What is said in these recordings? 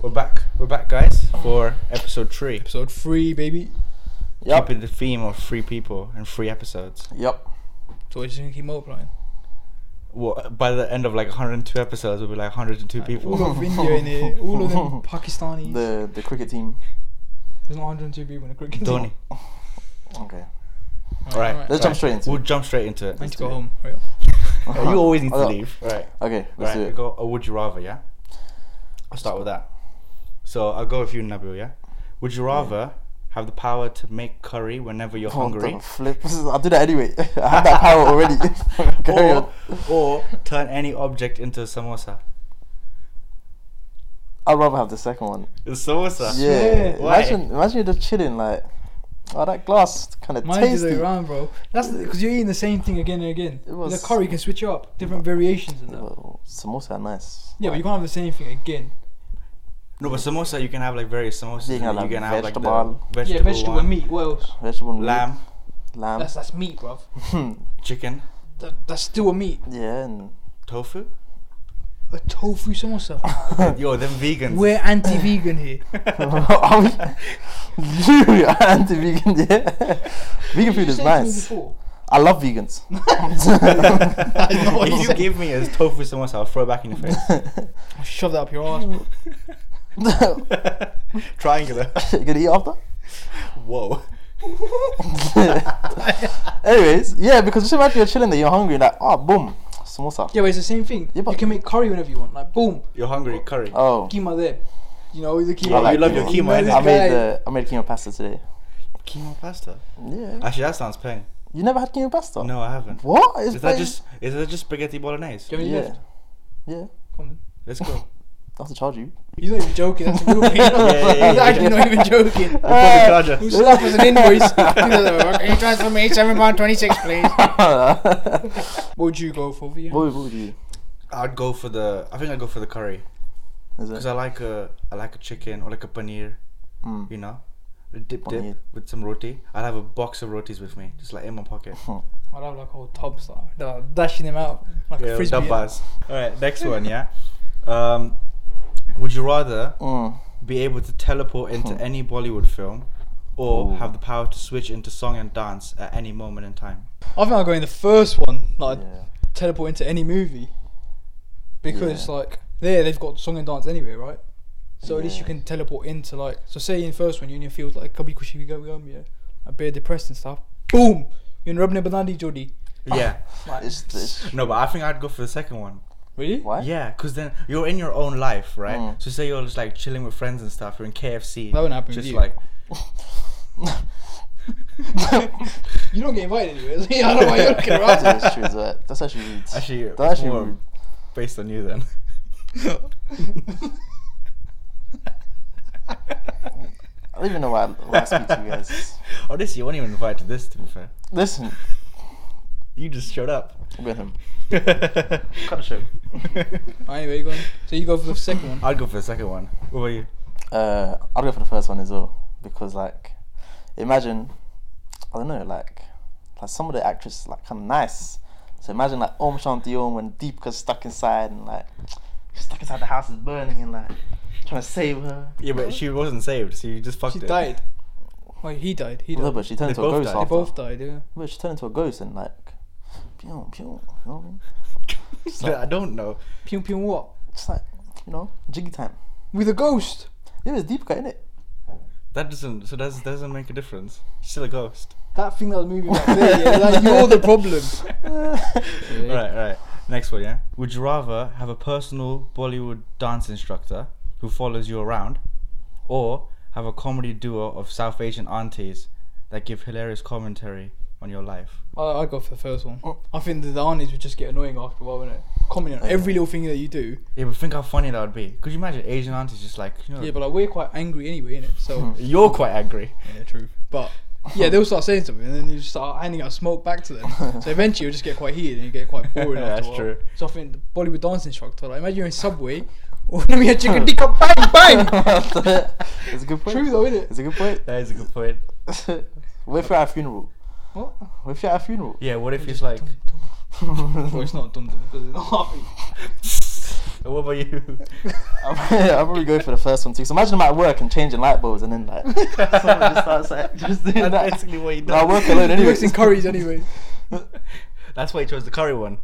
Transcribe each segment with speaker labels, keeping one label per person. Speaker 1: We're back. We're back, guys, for episode three.
Speaker 2: Episode three, baby.
Speaker 1: Keep
Speaker 3: Yep.
Speaker 1: Keeping the theme of free people and free episodes.
Speaker 3: Yep.
Speaker 2: So we're just gonna keep multiplying.
Speaker 1: Well, by the end of like 102 episodes, we'll be like 102
Speaker 2: All
Speaker 1: people.
Speaker 2: of India in here, all of them Pakistanis.
Speaker 3: The the cricket team.
Speaker 2: There's not 102 people in a cricket team.
Speaker 1: Donny.
Speaker 3: Okay.
Speaker 1: All right.
Speaker 3: Let's jump straight into
Speaker 1: We'll
Speaker 3: it.
Speaker 1: jump straight into it.
Speaker 2: I need to
Speaker 3: do
Speaker 2: go
Speaker 3: it.
Speaker 2: home. Hurry up.
Speaker 1: you always need to
Speaker 3: Okay.
Speaker 1: leave. Right.
Speaker 3: Okay, let's
Speaker 1: Right.
Speaker 3: do
Speaker 1: We
Speaker 3: it.
Speaker 1: go. A would you rather? Yeah. I'll start with that. So I'll go with you, Nabil. Yeah. Would you rather have the power to make curry whenever you're
Speaker 3: Oh,
Speaker 1: hungry,
Speaker 3: don't flip. I'll do that anyway. I have that power already. Carry on.
Speaker 1: or, or turn any object into a samosa?
Speaker 3: I'd rather have the second one.
Speaker 1: A samosa.
Speaker 3: Yeah.
Speaker 1: Why?
Speaker 3: Imagine imagine you're just chilling like oh that glass kinda
Speaker 2: Mine is
Speaker 3: tasty.
Speaker 2: the round, bro. That's because you're eating the same thing again and again.
Speaker 3: It was-
Speaker 2: the curry can switch it up, different variations in that.
Speaker 3: Well, samosa are nice.
Speaker 2: yeah, but you can't have the same thing again.
Speaker 1: No, but samosa you can have like various samosas.
Speaker 3: You can
Speaker 1: and
Speaker 3: have,
Speaker 1: you
Speaker 3: like,
Speaker 1: can have like the vegetable
Speaker 3: vegetable.
Speaker 2: yeah, vegetable
Speaker 1: one,
Speaker 2: and meat. What else?
Speaker 3: Vegetable meat,
Speaker 1: lamb,
Speaker 3: Lamb.
Speaker 2: That's that's meat, bro.
Speaker 1: chicken,
Speaker 2: That, that's still a meat.
Speaker 3: yeah, and
Speaker 1: tofu.
Speaker 2: A tofu samosa.
Speaker 1: Yo, them vegans.
Speaker 2: We're anti-vegan here.
Speaker 3: Are we- you are anti vegan, yeah. vegan food is nice. I love vegans.
Speaker 2: That's not what
Speaker 1: if
Speaker 2: he
Speaker 1: you
Speaker 2: said.
Speaker 1: give me a tofu samosa, I'll throw it back in your face.
Speaker 2: I'll shove that up your ass, bro.
Speaker 3: you
Speaker 1: Triangular.
Speaker 3: gonna eat after?
Speaker 1: Whoa.
Speaker 3: Anyways, yeah, because just imagine you're chilling there, you're hungry, like, oh, boom, samosa.
Speaker 2: Yeah, but it's the same thing.
Speaker 3: Yeah, but-
Speaker 2: you can make curry whenever you want. Like, boom,
Speaker 1: You're hungry, curry.
Speaker 3: Oh,
Speaker 2: keema there. You know, the keema.
Speaker 1: Yeah,
Speaker 3: like
Speaker 1: you love your
Speaker 3: quinoa.
Speaker 1: keema,
Speaker 2: I
Speaker 1: innit?
Speaker 3: I made
Speaker 2: guy.
Speaker 3: the I made quinoa pasta today.
Speaker 1: Quinoa pasta.
Speaker 3: Yeah,
Speaker 1: Actually, that sounds plain.
Speaker 3: you never had quinoa pasta?
Speaker 1: No, I haven't.
Speaker 3: What Oh. It's
Speaker 1: Is that
Speaker 3: plain-
Speaker 1: just is that just spaghetti bolognese?
Speaker 2: Do you want
Speaker 3: Yeah.
Speaker 2: any left?
Speaker 3: Yeah,
Speaker 2: Come on.
Speaker 1: Let's go.
Speaker 3: I have to charge you.
Speaker 2: He's not even joking. That's a real thing.
Speaker 1: yeah, yeah,
Speaker 2: He's
Speaker 1: yeah.
Speaker 2: actually not even joking.
Speaker 1: Probably larger.
Speaker 2: Who's up as an invoice?
Speaker 4: Can you transfer me seven pound twenty six, please?
Speaker 3: what,
Speaker 2: what would you go for, Vian?
Speaker 3: would, what would you?
Speaker 1: I'd go for the. I think I'd go for the curry
Speaker 3: Is
Speaker 1: because
Speaker 3: it?
Speaker 1: I like a I like a chicken or like a paneer.
Speaker 3: Mm.
Speaker 1: You know, a dip dip
Speaker 3: Paneer.
Speaker 1: with some roti. I'd have a box of rotis with me, just like in my pocket.
Speaker 3: Hmm.
Speaker 2: I'd have like whole tubs, like, da- dashing them out like a
Speaker 1: Yeah,
Speaker 2: frisbee.
Speaker 1: dabas. All right, next one. Yeah. Um, would you rather
Speaker 3: Mm.
Speaker 1: be able to teleport into any Bollywood film, or
Speaker 3: Ooh.
Speaker 1: have the power to switch into song and dance at any moment in time?
Speaker 2: I think I'll go in the first one. Like,
Speaker 3: Yeah.
Speaker 2: teleport into any movie because
Speaker 3: Yeah.
Speaker 2: like there they've got song and dance anyway, right? So at least you
Speaker 3: Yeah.
Speaker 2: can teleport into like so say in the first one you're in your field like kabhi kushi go gum yeah, a bit depressed and stuff. Boom, you're in Rabne Banandi Jodi.
Speaker 1: Yeah.
Speaker 2: Like
Speaker 3: It's, it's,
Speaker 1: No, but I think I'd go for the second one.
Speaker 2: really?
Speaker 3: why?
Speaker 1: Yeah, because then you're in your own life, right?
Speaker 3: Mm.
Speaker 1: So say you're just like chilling with friends and stuff. You're in KFC.
Speaker 2: That wouldn't happen with
Speaker 1: Just
Speaker 2: you.
Speaker 1: like
Speaker 2: You don't get invited anywhere. so I don't know why you're looking around.
Speaker 3: That's, that's true. Is that, that's actually rude.
Speaker 1: actually,
Speaker 3: that's
Speaker 1: that's
Speaker 3: actually
Speaker 1: more
Speaker 3: rude.
Speaker 1: based on you then.
Speaker 3: I don't even know why I, why I speak to you guys.
Speaker 1: Oh, this you weren't even invited to this. To be fair,
Speaker 3: Listen,
Speaker 1: you just showed up.
Speaker 3: with him.
Speaker 1: Cut the show.
Speaker 2: Anyway, you go. on. So you go for the second one.
Speaker 1: I'd go for the second one. What about you?
Speaker 3: Uh, I'll go for the first one as well because like, imagine, I don't know, like, like some of the actresses like kind of nice. So imagine like Om Shanti Om when Deepika's stuck inside and like stuck inside the house is burning and like trying to save her.
Speaker 1: Yeah, but she wasn't saved, so you just fucked
Speaker 2: She
Speaker 1: it.
Speaker 2: died. Wait, he died. He died.
Speaker 3: No, but she turned
Speaker 1: They
Speaker 3: into a
Speaker 1: both
Speaker 3: ghost
Speaker 1: died.
Speaker 2: they
Speaker 3: after.
Speaker 2: both died. Yeah.
Speaker 3: But she turned into a ghost and like, pew pew, you know what I mean?
Speaker 1: I don't know.
Speaker 2: Pium pium what?
Speaker 3: Just like you know, jiggy time.
Speaker 2: With a ghost.
Speaker 3: Yeah, there's Deepika in it.
Speaker 1: That doesn't. So that doesn't make a difference. She's still a ghost.
Speaker 2: That thing that was moving back there. Yeah, like you're the problem.
Speaker 1: Right, right. Next one, yeah. Would you rather have a personal Bollywood dance instructor who follows you around, or have a comedy duo of South Asian aunties that give hilarious commentary on your life?
Speaker 2: I, I go for the first one. I think that the aunties would just get annoying after a while, wouldn't it? Comment on every little thing that you do.
Speaker 1: Yeah, but think how funny that would be. Could you imagine Asian aunties just like, you know,
Speaker 2: Yeah, but like we're quite angry anyway, innit? So
Speaker 1: you're quite angry.
Speaker 2: yeah, true. But yeah, they'll start saying something, and then you just start handing out smoke back to them. so eventually, you'll just get quite heated and you get quite boring.
Speaker 1: That's
Speaker 2: after a while.
Speaker 1: true.
Speaker 2: So I think the Bollywood dance instructor, like imagine you're in Subway, or let me a chicken tikka bang bang.
Speaker 3: it's a good point.
Speaker 2: true though, innit?
Speaker 3: It's a good point.
Speaker 1: That is a good point.
Speaker 3: what if you're at a funeral?
Speaker 2: What?
Speaker 3: What if you're at a funeral?
Speaker 1: Yeah, what if it's like,
Speaker 2: Well, it's not dumb because it's not.
Speaker 1: what about you?
Speaker 3: I'm, I'm probably going for the first one too. So imagine I'm at work and changing light bulbs, and then like someone just starts like just
Speaker 1: That's
Speaker 3: doing that.
Speaker 1: basically what he
Speaker 3: No, I
Speaker 1: does.
Speaker 3: work alone
Speaker 2: He
Speaker 3: anyway.
Speaker 2: works in curries anyway.
Speaker 1: That's why he chose the curry one.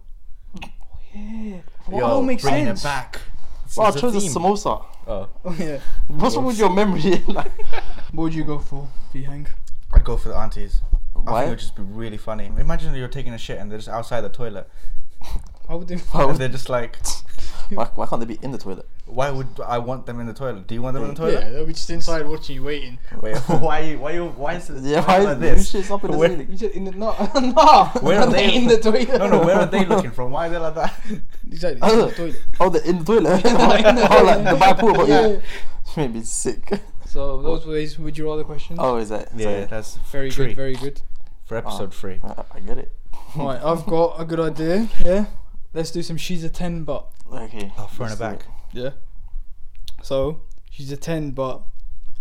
Speaker 3: Yeah.
Speaker 1: Yo,
Speaker 2: all makes
Speaker 1: bringing
Speaker 2: sense.
Speaker 1: it back. It's-
Speaker 3: Well, I
Speaker 1: it's
Speaker 3: chose a
Speaker 1: theme.
Speaker 3: samosa.
Speaker 1: Oh,
Speaker 2: Oh yeah.
Speaker 3: What's wrong with your memory? like,
Speaker 2: What would you go for, V Hang?
Speaker 1: I'd go for the aunties. I think it
Speaker 3: why?
Speaker 1: would just be really funny. Imagine you're taking a shit and they're just outside the toilet.
Speaker 2: I would do.
Speaker 3: Why,
Speaker 1: And
Speaker 3: would-
Speaker 1: they're just like,
Speaker 3: why, why can't they be in the toilet?
Speaker 1: why would I want them in the toilet? Do you want them in the
Speaker 2: Yeah,
Speaker 1: toilet?
Speaker 2: they'll be just
Speaker 4: Inside watching you waiting.
Speaker 1: Wait, why? you- Why you? Why is it?
Speaker 3: Yeah,
Speaker 1: why is it
Speaker 3: why is
Speaker 1: like
Speaker 3: this
Speaker 1: this?
Speaker 3: shit's up in the
Speaker 1: Where-
Speaker 3: ceiling?
Speaker 2: You just in the no no.
Speaker 1: Where are they-
Speaker 2: in the toilet?
Speaker 1: No, no. Where are they looking from? Why are they like that?
Speaker 2: Exactly. it's in
Speaker 3: Oh,
Speaker 2: the toilet.
Speaker 3: oh, the in the toilet.
Speaker 2: Like in the
Speaker 3: oh, like
Speaker 2: toilet.
Speaker 3: the bipolar. But
Speaker 2: Yeah,
Speaker 3: yeah,
Speaker 2: yeah.
Speaker 3: made me sick.
Speaker 2: So those ways would you rather questions?
Speaker 3: Oh, is that?
Speaker 1: yeah, that's
Speaker 2: very
Speaker 1: three.
Speaker 2: good, very good.
Speaker 1: for episode three.
Speaker 3: I, I get it.
Speaker 2: Right, I've got a good idea. Yeah, let's do some. She's a ten, but
Speaker 3: Okay.
Speaker 1: Oh, throwing
Speaker 3: let's
Speaker 1: it
Speaker 3: do
Speaker 1: back.
Speaker 2: yeah. So she's a ten, but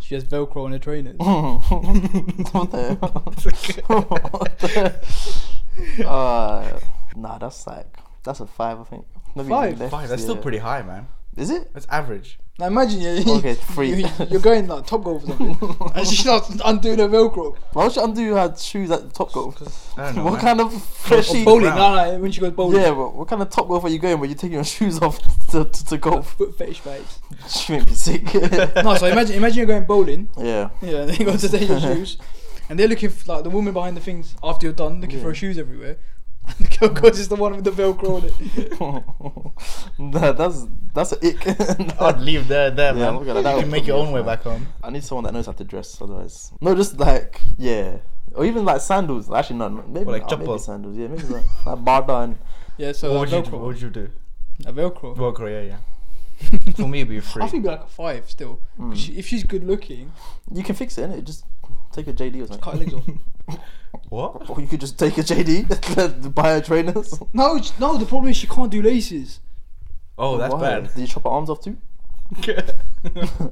Speaker 2: she has Velcro on her trainers.
Speaker 3: what the? what the? Uh, nah, that's like that's a five, I think. Maybe
Speaker 2: Five?
Speaker 3: less,
Speaker 1: Five. That's still
Speaker 3: yeah.
Speaker 1: pretty high, man.
Speaker 3: Is it?
Speaker 1: That's average.
Speaker 2: Now imagine you,
Speaker 3: Okay, three.
Speaker 2: you, you're going like top golf or something, and she starts undoing her Velcro.
Speaker 3: Why would you undo her shoes at the top goal?
Speaker 1: I don't know.
Speaker 3: what
Speaker 1: man. Oh,
Speaker 3: kind of freshy?
Speaker 2: Or bowling,
Speaker 1: brown.
Speaker 2: nah, nah, when she goes bowling.
Speaker 3: Yeah, but what kind of top golf are you going where you're taking your shoes off to, to, to
Speaker 2: Got
Speaker 3: golf?
Speaker 2: foot fetish vibes.
Speaker 3: She made me sick.
Speaker 2: Oh. no, so imagine, imagine you're going bowling.
Speaker 3: yeah.
Speaker 2: Yeah, they go to take your shoes, and they're looking for, like the woman behind the things after you're done, looking for
Speaker 3: Yeah.
Speaker 2: her shoes everywhere. And the girl goes, "It's the one with the Velcro on it."
Speaker 3: nah, that's that's an ick.
Speaker 1: I'd leave there, there,
Speaker 3: Yeah,
Speaker 1: man.
Speaker 3: I'm looking at that
Speaker 1: you
Speaker 3: one.
Speaker 1: can make your own way back home.
Speaker 3: I need someone that knows how to dress, otherwise. No, just like yeah, or even like sandals. Actually, no, no, maybe,
Speaker 1: Or like
Speaker 3: oh, maybe
Speaker 1: chappal.
Speaker 3: sandals. Yeah, maybe like, like Bada and
Speaker 2: Yeah, so
Speaker 1: what,
Speaker 2: like
Speaker 1: would you do? what
Speaker 2: Velcro.
Speaker 1: would you do?
Speaker 2: A Velcro.
Speaker 1: Well, Korea, yeah. For me, it'd be a free.
Speaker 2: I think it'd be like a five still. 'Cause
Speaker 1: Hmm.
Speaker 3: Mm.
Speaker 2: She, if she's good looking,
Speaker 3: you can fix it, innit? Just take a JD or
Speaker 2: just cut her
Speaker 3: something.
Speaker 2: legs off.
Speaker 1: what?
Speaker 3: Or you could just take a JD, buy her trainers.
Speaker 2: No, it's- no. The problem is she can't do laces.
Speaker 1: Oh, that's
Speaker 3: Why? Did you chop her arms off too?
Speaker 1: bad.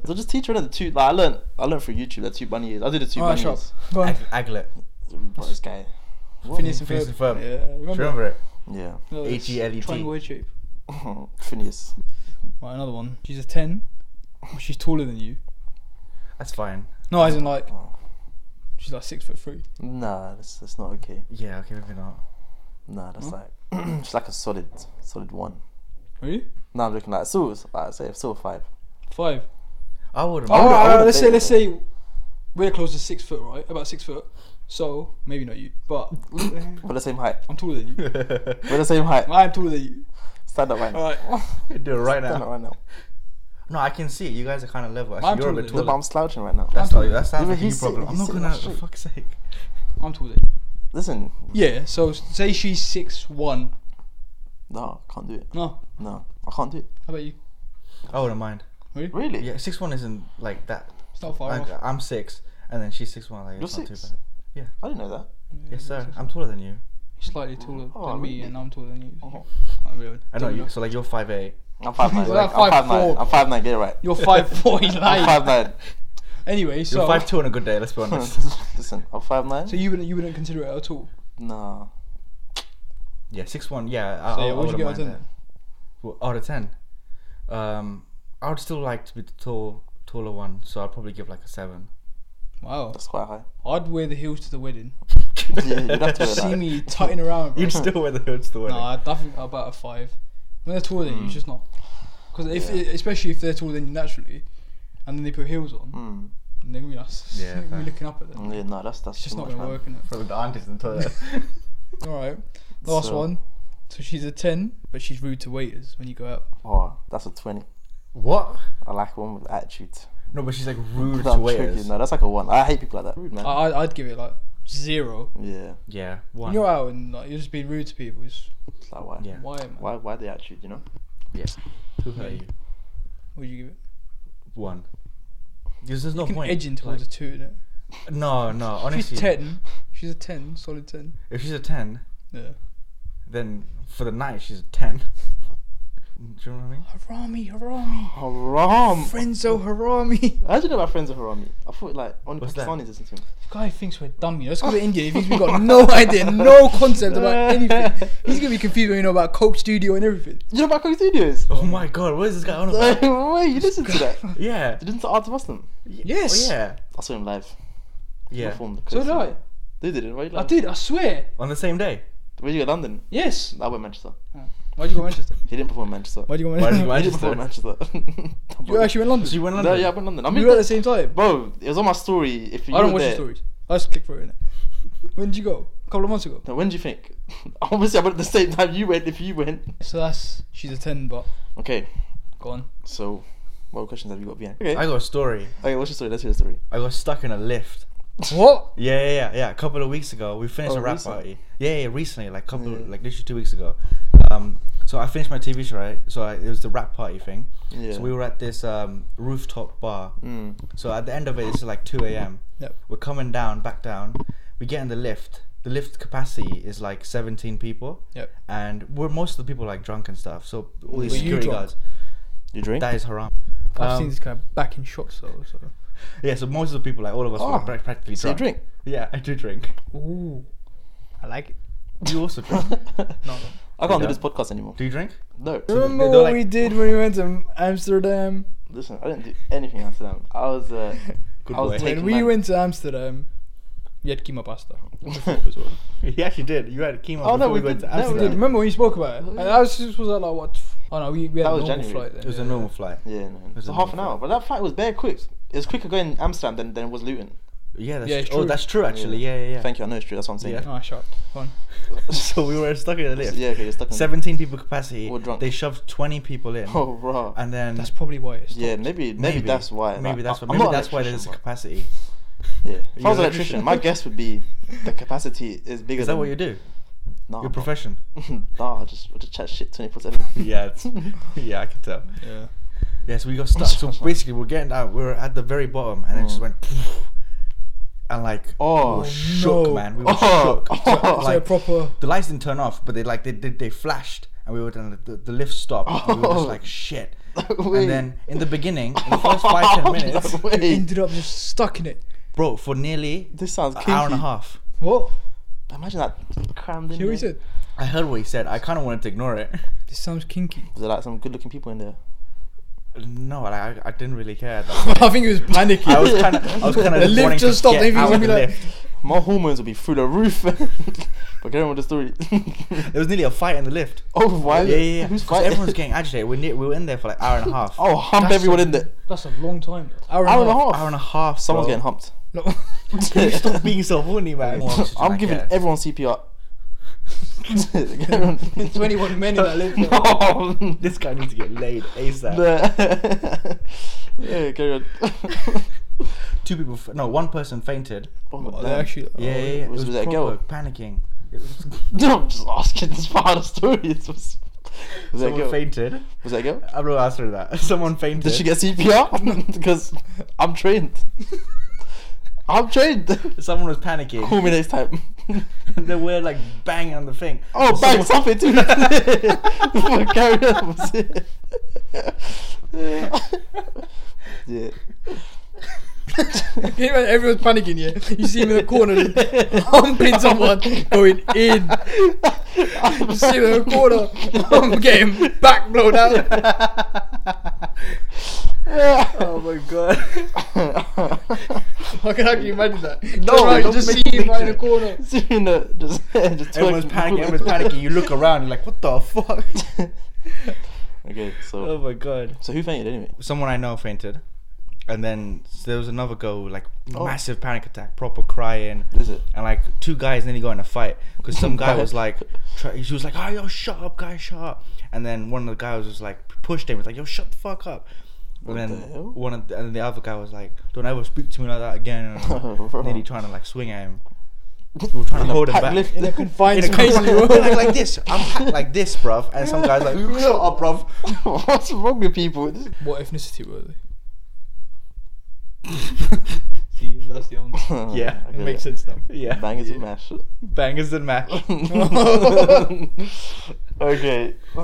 Speaker 3: So just teach her the two. Like I learned, I learned through YouTube that two bunny ears. I did the two
Speaker 1: Oh,
Speaker 2: Alright,
Speaker 3: bunny
Speaker 2: shut
Speaker 3: ears.
Speaker 2: up. Go on.
Speaker 1: Ag- Aglet.
Speaker 3: Bro, this guy.
Speaker 2: Phineas and
Speaker 1: Phineas
Speaker 2: Ferb.
Speaker 1: and Ferb. E
Speaker 2: Yeah, remember?
Speaker 1: Do you remember it?
Speaker 3: Yeah.
Speaker 2: No, it's
Speaker 1: H-E-L-E-T.
Speaker 2: Triangle head shape.
Speaker 3: Phineas.
Speaker 2: Right, another one. She's a ten. but She's taller than you.
Speaker 1: That's fine.
Speaker 2: No, as in like,
Speaker 1: Oh.
Speaker 2: she's like six foot three.
Speaker 3: Nah, that's that's not okay.
Speaker 1: Yeah, okay, maybe not.
Speaker 3: Nah,
Speaker 1: Hmm?
Speaker 3: that's like it's like a solid solid one.
Speaker 2: Really?
Speaker 3: Nah, I'm looking at still it's- like I say still a five.
Speaker 2: Five.
Speaker 1: I wouldn't.
Speaker 2: All
Speaker 3: would've- I
Speaker 2: right,
Speaker 3: would've
Speaker 2: let's say
Speaker 3: dated
Speaker 2: let's
Speaker 3: her.
Speaker 2: say we're close to six foot, right? About six foot. So maybe not you, but
Speaker 3: We're the same height.
Speaker 2: I'm taller than you.
Speaker 1: Do
Speaker 3: We're the same height.
Speaker 2: I'm taller than you.
Speaker 3: Stand up right now.
Speaker 2: All right.
Speaker 1: it right
Speaker 3: Stand up
Speaker 1: now.
Speaker 3: right now.
Speaker 1: No, I can see it. You guys are kind of level. Actually,
Speaker 2: I'm
Speaker 1: you're a bit
Speaker 2: totally-
Speaker 3: No, but
Speaker 1: taller.
Speaker 3: I'm slouching right now.
Speaker 1: That's not. That's that's
Speaker 3: Yeah,
Speaker 1: a
Speaker 3: but
Speaker 1: you
Speaker 3: he's
Speaker 1: problem.
Speaker 3: sitting-
Speaker 1: I'm
Speaker 3: he's
Speaker 1: not
Speaker 3: sitting
Speaker 1: gonna.
Speaker 3: up
Speaker 1: For
Speaker 3: straight.
Speaker 1: fuck's sake.
Speaker 2: I'm taller than you.
Speaker 3: Listen,
Speaker 2: Yeah. So s- say she's six one.
Speaker 3: no, can't do it.
Speaker 2: No.
Speaker 3: No, I can't do it.
Speaker 2: How about you?
Speaker 1: I wouldn't mind.
Speaker 2: Really?
Speaker 3: Really?
Speaker 1: Yeah, six one isn't like that.
Speaker 2: It's not far
Speaker 1: Like,
Speaker 2: off.
Speaker 1: I'm six, and then she's six one. Like it's
Speaker 3: You're
Speaker 1: not too
Speaker 3: six?
Speaker 1: bad.
Speaker 3: I didn't know that.
Speaker 1: Yes, sir. I'm taller than you.
Speaker 2: She's slightly taller
Speaker 3: Oh,
Speaker 2: than
Speaker 3: really?
Speaker 2: me, and I'm taller than you.
Speaker 3: Oh.
Speaker 2: I really
Speaker 1: I know
Speaker 2: don't
Speaker 1: you. So like you're five eight.
Speaker 3: I'm five nine.
Speaker 2: You're
Speaker 3: like,
Speaker 2: like
Speaker 3: I'm five
Speaker 2: 5'4".
Speaker 3: nine. I'm five nine. Get it right.
Speaker 2: You're five four. He's
Speaker 3: I'm
Speaker 2: lying.
Speaker 3: five nine.
Speaker 2: Anyway,
Speaker 1: You're
Speaker 2: so
Speaker 1: five two on a good day. Let's be honest.
Speaker 3: Listen, I'm five nine.
Speaker 2: so you wouldn't you wouldn't consider it at all.
Speaker 3: Nah.
Speaker 1: Yeah, six one. Yeah, I,
Speaker 2: So,
Speaker 1: I,
Speaker 2: yeah,
Speaker 1: I
Speaker 2: what would
Speaker 1: wouldn't
Speaker 2: you get
Speaker 1: mind
Speaker 2: out of
Speaker 1: that. Well, out of ten, um, I would still like to be the tall, taller one. So I'd probably give like a seven.
Speaker 2: Wow.
Speaker 3: That's quite high.
Speaker 2: I'd wear the heels to the wedding.
Speaker 3: Yeah, you'd have to wear
Speaker 2: See
Speaker 3: that.
Speaker 2: me tutting around. Bro.
Speaker 1: You'd still wear the hoods to wedding.
Speaker 2: No, I I think about a five. When they're taller than you, it's just not. Because if,
Speaker 3: Hmm. Yeah.
Speaker 2: especially if they're taller than you naturally, and then they put heels on,
Speaker 3: Mm.
Speaker 2: and they're gonna be like,
Speaker 1: Yeah,
Speaker 2: they're gonna
Speaker 1: fair.
Speaker 2: be looking up at them.
Speaker 3: Yeah, no, that's that's
Speaker 2: It's just
Speaker 3: too
Speaker 2: not
Speaker 3: much,
Speaker 2: gonna
Speaker 3: man.
Speaker 2: work, innit?
Speaker 1: With the aunties in the toilet.
Speaker 2: All right, last
Speaker 3: So-
Speaker 2: one. So she's a ten, but she's rude to waiters when you go out.
Speaker 3: Oh, that's a twenty.
Speaker 1: what?
Speaker 3: I like one with attitude.
Speaker 1: No, but she's like rude
Speaker 3: No,
Speaker 1: to
Speaker 3: I'm joking.
Speaker 1: waiters.
Speaker 3: No, that's like a one. I hate people like that. Rude man.
Speaker 2: I, I I'd give it like zero.
Speaker 3: yeah,
Speaker 1: Yeah,
Speaker 2: When
Speaker 1: one.
Speaker 2: you're out and like, you're just being rude to people, it's
Speaker 3: it's like why?
Speaker 1: Yeah.
Speaker 2: why, man?
Speaker 3: Why? Why the attitude? You know?
Speaker 1: Who hurt you?
Speaker 2: Would you give it?
Speaker 1: One. Because there's no
Speaker 2: You can
Speaker 1: point.
Speaker 2: edge in towards a two, innit?
Speaker 1: No, no. Honestly,
Speaker 2: she's ten. She's a ten, solid ten.
Speaker 1: if she's a ten,
Speaker 2: Yeah.
Speaker 1: then for the night she's a ten. Do you know what I mean?
Speaker 2: Harami, Harami.
Speaker 3: Haram.
Speaker 2: Frenzo Harami.
Speaker 3: How do you know my friends are Harami? I thought like only
Speaker 1: What's that?
Speaker 3: Pakistanis listen to him.
Speaker 2: Guy thinks we're dumb, you know. Let's go to India. He thinks we got no idea, no concept about anything. He's gonna be confused when you know about Coke Studio and everything.
Speaker 3: Do you know about Coke Studios?
Speaker 1: Oh my god, what is this guy on about?
Speaker 3: Wait, you listen to that? You
Speaker 1: yeah.
Speaker 3: didn't to Art of Muslim?
Speaker 2: Yes.
Speaker 1: Oh, yeah.
Speaker 3: I saw him live.
Speaker 1: Yeah.
Speaker 3: Performed
Speaker 2: So did I.
Speaker 3: They did it, right?
Speaker 2: I did. I swear.
Speaker 1: On the same day.
Speaker 3: Where'd you go, London?
Speaker 2: Yes.
Speaker 3: I went Manchester.
Speaker 2: Why'd you go Manchester?
Speaker 3: He didn't perform in Manchester.
Speaker 2: Why'd you go
Speaker 1: Why did you
Speaker 2: Manchester?
Speaker 1: go
Speaker 3: I didn't perform in Manchester.
Speaker 2: You actually went
Speaker 1: So
Speaker 2: London.
Speaker 1: you went
Speaker 3: No,
Speaker 1: London?
Speaker 3: yeah, I went London. I
Speaker 2: We
Speaker 3: mean,
Speaker 2: were at the same time.
Speaker 3: bro, it was on my story. If you
Speaker 2: I don't
Speaker 3: were
Speaker 2: watch your
Speaker 3: there.
Speaker 2: stories. I just click for it. innit? When did you go? A couple of months ago.
Speaker 3: Now, when do you think? Obviously, I went at the same time you went. If you went,
Speaker 2: So that's she's a ten, but
Speaker 3: okay.
Speaker 2: go on.
Speaker 3: So, what questions have you got, Vian? Okay.
Speaker 1: I got a story.
Speaker 3: okay, what's your story? Let's hear the story.
Speaker 1: I got stuck in a lift.
Speaker 2: What?
Speaker 1: Yeah, yeah, yeah, yeah. A couple of weeks ago, we finished
Speaker 3: Oh,
Speaker 1: a rap
Speaker 3: recent.
Speaker 1: party. Yeah, yeah, recently, like couple,
Speaker 3: Yeah.
Speaker 1: like literally two weeks ago. Um, so I finished my TV show, right? So I, it was the rap party thing.
Speaker 3: Yeah.
Speaker 1: So we were at this um, rooftop bar.
Speaker 3: Mm.
Speaker 1: So at the end of it, it's like 2 a.m.
Speaker 2: Yep.
Speaker 1: We're coming down, back down. We get in the lift. The lift capacity is like 17 people.
Speaker 2: Yep.
Speaker 1: And we're most of the people like drunk and stuff. So all these
Speaker 2: Were you
Speaker 1: security
Speaker 2: drunk?
Speaker 1: guards.
Speaker 3: You drink?
Speaker 1: That is haram.
Speaker 2: I've
Speaker 1: Um,
Speaker 2: seen this guy back in shots though. So.
Speaker 1: Yeah, so most of the people, like all of us,
Speaker 2: Ah.
Speaker 1: were
Speaker 3: Oh,
Speaker 1: prac- practically
Speaker 3: so you
Speaker 1: drunk.
Speaker 3: drink?
Speaker 1: Yeah, I do drink.
Speaker 2: Ooh, I like it.
Speaker 1: You also drink.
Speaker 2: No, no.
Speaker 3: I can't do this
Speaker 1: Yeah.
Speaker 3: podcast anymore.
Speaker 1: do you drink?
Speaker 3: No.
Speaker 2: Remember
Speaker 1: They don't
Speaker 2: what
Speaker 1: like-
Speaker 2: we did when we went to Amsterdam?
Speaker 3: Listen, I didn't do anything in Amsterdam. I was. Uh,
Speaker 1: Good
Speaker 3: I was
Speaker 1: boy.
Speaker 3: taking
Speaker 2: When we
Speaker 3: my-
Speaker 2: went to Amsterdam, we had keema pasta.
Speaker 1: He actually did. You had chemo.
Speaker 3: Oh, no,
Speaker 1: before
Speaker 3: we
Speaker 1: went to
Speaker 3: did- no, we
Speaker 1: Amsterdam.
Speaker 2: Dude, remember when you spoke about it? Like, I was this was at like what? Oh no, we, we had
Speaker 3: That
Speaker 2: a
Speaker 3: was
Speaker 2: normal
Speaker 3: January.
Speaker 2: flight then.
Speaker 1: It was a
Speaker 2: yeah.
Speaker 1: normal flight.
Speaker 3: Yeah, no. It
Speaker 1: was
Speaker 3: was
Speaker 1: a
Speaker 3: half
Speaker 1: long
Speaker 3: an hour,
Speaker 1: flight.
Speaker 3: but that flight was bare quick. It was quicker going Amsterdam than, than it was Luton.
Speaker 1: Yeah, that's
Speaker 2: Yeah, it's
Speaker 1: true. Oh,
Speaker 2: true.
Speaker 1: that's true actually. Yeah, yeah, yeah.
Speaker 3: Thank you, I know it's true. That's what I'm saying.
Speaker 1: Yeah.
Speaker 2: Ah, shut. Go on.
Speaker 1: so we were stuck in a lift.
Speaker 3: Yeah, okay, you're stuck in.
Speaker 1: 17 people capacity.
Speaker 3: We're drunk.
Speaker 1: They shoved 20 people in.
Speaker 3: Oh, bro.
Speaker 1: And then
Speaker 2: That's probably why it's.
Speaker 3: yeah, maybe, maybe that's why.
Speaker 1: Maybe
Speaker 3: like,
Speaker 1: that's
Speaker 3: I-
Speaker 1: why.
Speaker 3: I'm
Speaker 1: Maybe
Speaker 3: not an
Speaker 1: that's why there's a
Speaker 3: electrician,
Speaker 1: capacity.
Speaker 3: but- Yeah. If
Speaker 1: You're
Speaker 3: I was
Speaker 1: an electrician.
Speaker 3: an electrician, my guess would be the capacity is bigger.
Speaker 1: Is that
Speaker 3: than,
Speaker 1: what you do?
Speaker 3: Nah,
Speaker 1: Your
Speaker 3: bro.
Speaker 1: profession?
Speaker 3: nah, I just I just chat shit twenty four seven.
Speaker 1: yeah, it's, yeah, I can tell.
Speaker 2: Yeah.
Speaker 1: Yeah, so we got stuck. So basically, we're getting out. We were at the very bottom, and it just
Speaker 3: Mm.
Speaker 1: went. And like,
Speaker 3: Oh,
Speaker 1: we were shook,
Speaker 2: no.
Speaker 1: man. We were
Speaker 3: Oh,
Speaker 1: shook.
Speaker 3: oh.
Speaker 2: So a
Speaker 1: Like,
Speaker 2: proper.
Speaker 1: the lights didn't turn off, but they like they they, they flashed, and we were then the, the lift stopped. And we were
Speaker 3: Oh.
Speaker 1: just like shit.
Speaker 3: Wait. Oh,
Speaker 1: And then in the beginning, in the first five ten minutes,
Speaker 2: You
Speaker 3: Wait,
Speaker 2: ended up just stuck in it.
Speaker 1: bro, for nearly
Speaker 3: this sounds
Speaker 1: an
Speaker 3: kinky.
Speaker 1: hour and a half.
Speaker 2: What?
Speaker 3: Imagine that crammed in.
Speaker 2: Hear what he
Speaker 3: there.
Speaker 2: said.
Speaker 1: I heard what he said. I kind of wanted to ignore it.
Speaker 2: This sounds kinky.
Speaker 3: Was there like some good looking people in there?
Speaker 1: No, I I- I didn't really care. at that point.
Speaker 2: I think he was panicking.
Speaker 1: I was kind of I was kind
Speaker 2: The
Speaker 1: of
Speaker 2: lift
Speaker 1: wanting to
Speaker 2: just stopped,
Speaker 1: get
Speaker 2: everything's
Speaker 1: out of
Speaker 2: gonna
Speaker 1: the
Speaker 2: be like-
Speaker 1: lift.
Speaker 3: My hormones will be through the roof. but carry on with the story.
Speaker 1: There was nearly a fight in the lift.
Speaker 3: oh, why?
Speaker 1: yeah, yeah, yeah.
Speaker 3: Who's
Speaker 1: 'Cause
Speaker 3: fighting?
Speaker 1: Everyone's getting agitated. We, ne- we were in there for like hour and a half.
Speaker 3: Oh, hump
Speaker 2: That's
Speaker 3: everyone
Speaker 2: a-
Speaker 3: in there.
Speaker 2: That's a long time. Hour
Speaker 3: Hour and a half.
Speaker 1: hour and a half.
Speaker 3: Someone's
Speaker 1: bro.
Speaker 3: getting humped.
Speaker 2: No.
Speaker 1: Stop being so horny, man.
Speaker 3: I'm giving everyone CPR.
Speaker 2: There's 21 men in that lift. though.
Speaker 3: No.
Speaker 1: This guy needs to get laid ASAP.
Speaker 3: The- yeah, Oh, carry on.
Speaker 1: Two people, f- no, one person fainted.
Speaker 3: oh,
Speaker 2: Oh,
Speaker 3: damn.
Speaker 2: they actually.
Speaker 1: Yeah, yeah,
Speaker 2: oh,
Speaker 1: yeah.
Speaker 3: was-
Speaker 1: it was
Speaker 3: was that a girl?
Speaker 1: proper panicking. It was-
Speaker 3: No, I'm just asking. This part of the story. It was. Was that a
Speaker 1: Someone
Speaker 3: girl?
Speaker 1: fainted.
Speaker 3: Was that a girl?
Speaker 1: I'm not answering that. Someone fainted.
Speaker 3: Did she get CPR? because I'm trained. I'm trained.
Speaker 1: Someone was panicking.
Speaker 3: Call me next time.
Speaker 1: and they were like banging on the thing.
Speaker 3: Oh,
Speaker 1: So
Speaker 3: bang,
Speaker 1: someone-
Speaker 3: stop it, dude. But carry on. yeah. yeah.
Speaker 2: Can you imagine? Everyone's panicking here. You see him in the corner, just humping someone, going in. You see him in the corner, I'm getting back blown out.
Speaker 1: Oh my god.
Speaker 2: I can actually imagine that.
Speaker 3: No,
Speaker 2: Turn around, you
Speaker 3: don't
Speaker 2: just
Speaker 3: make
Speaker 2: see
Speaker 3: me
Speaker 2: him
Speaker 3: think
Speaker 2: right in
Speaker 3: so.
Speaker 2: the corner.
Speaker 3: you know, just, just
Speaker 1: everyone's
Speaker 3: twerking.
Speaker 1: panicking. Everyone's panicking. You look around. You're like, what the fuck?
Speaker 3: Okay,
Speaker 1: oh
Speaker 3: so
Speaker 1: my god.
Speaker 3: so who fainted anyway?
Speaker 1: someone I know fainted, and then s- there was another girl who, like
Speaker 3: Oh.
Speaker 1: massive panic attack, proper crying,
Speaker 3: Is it?
Speaker 1: and like two guys nearly got in a fight because some guy was like,
Speaker 3: Right.
Speaker 1: try, she was like, "Oh, yo, shut up, guy, shut up," and then one of the guys was like pushed him, was like, "Yo, shut the fuck up." And
Speaker 3: What
Speaker 1: then
Speaker 3: the hell?
Speaker 1: one of the, and the other guy was like, "Don't ever speak to me like that again." And
Speaker 3: Bro.
Speaker 1: like, nearly trying to like swing at him. We were trying
Speaker 3: In
Speaker 1: to
Speaker 3: a
Speaker 1: hold him
Speaker 3: packed
Speaker 1: back.
Speaker 3: lift.
Speaker 2: In a confined
Speaker 1: In a
Speaker 2: space.
Speaker 1: company, like, like this, I'm packed like this, bruv. And some guys like, shut up, bruv.
Speaker 3: What's wrong with people? This-
Speaker 2: What ethnicity were they? See, that's the answer.
Speaker 1: Yeah.
Speaker 3: I
Speaker 2: It
Speaker 3: get
Speaker 2: makes
Speaker 3: it.
Speaker 2: sense now.
Speaker 1: Yeah.
Speaker 3: Bangers and mash.
Speaker 1: Bangers and mash.
Speaker 3: okay. So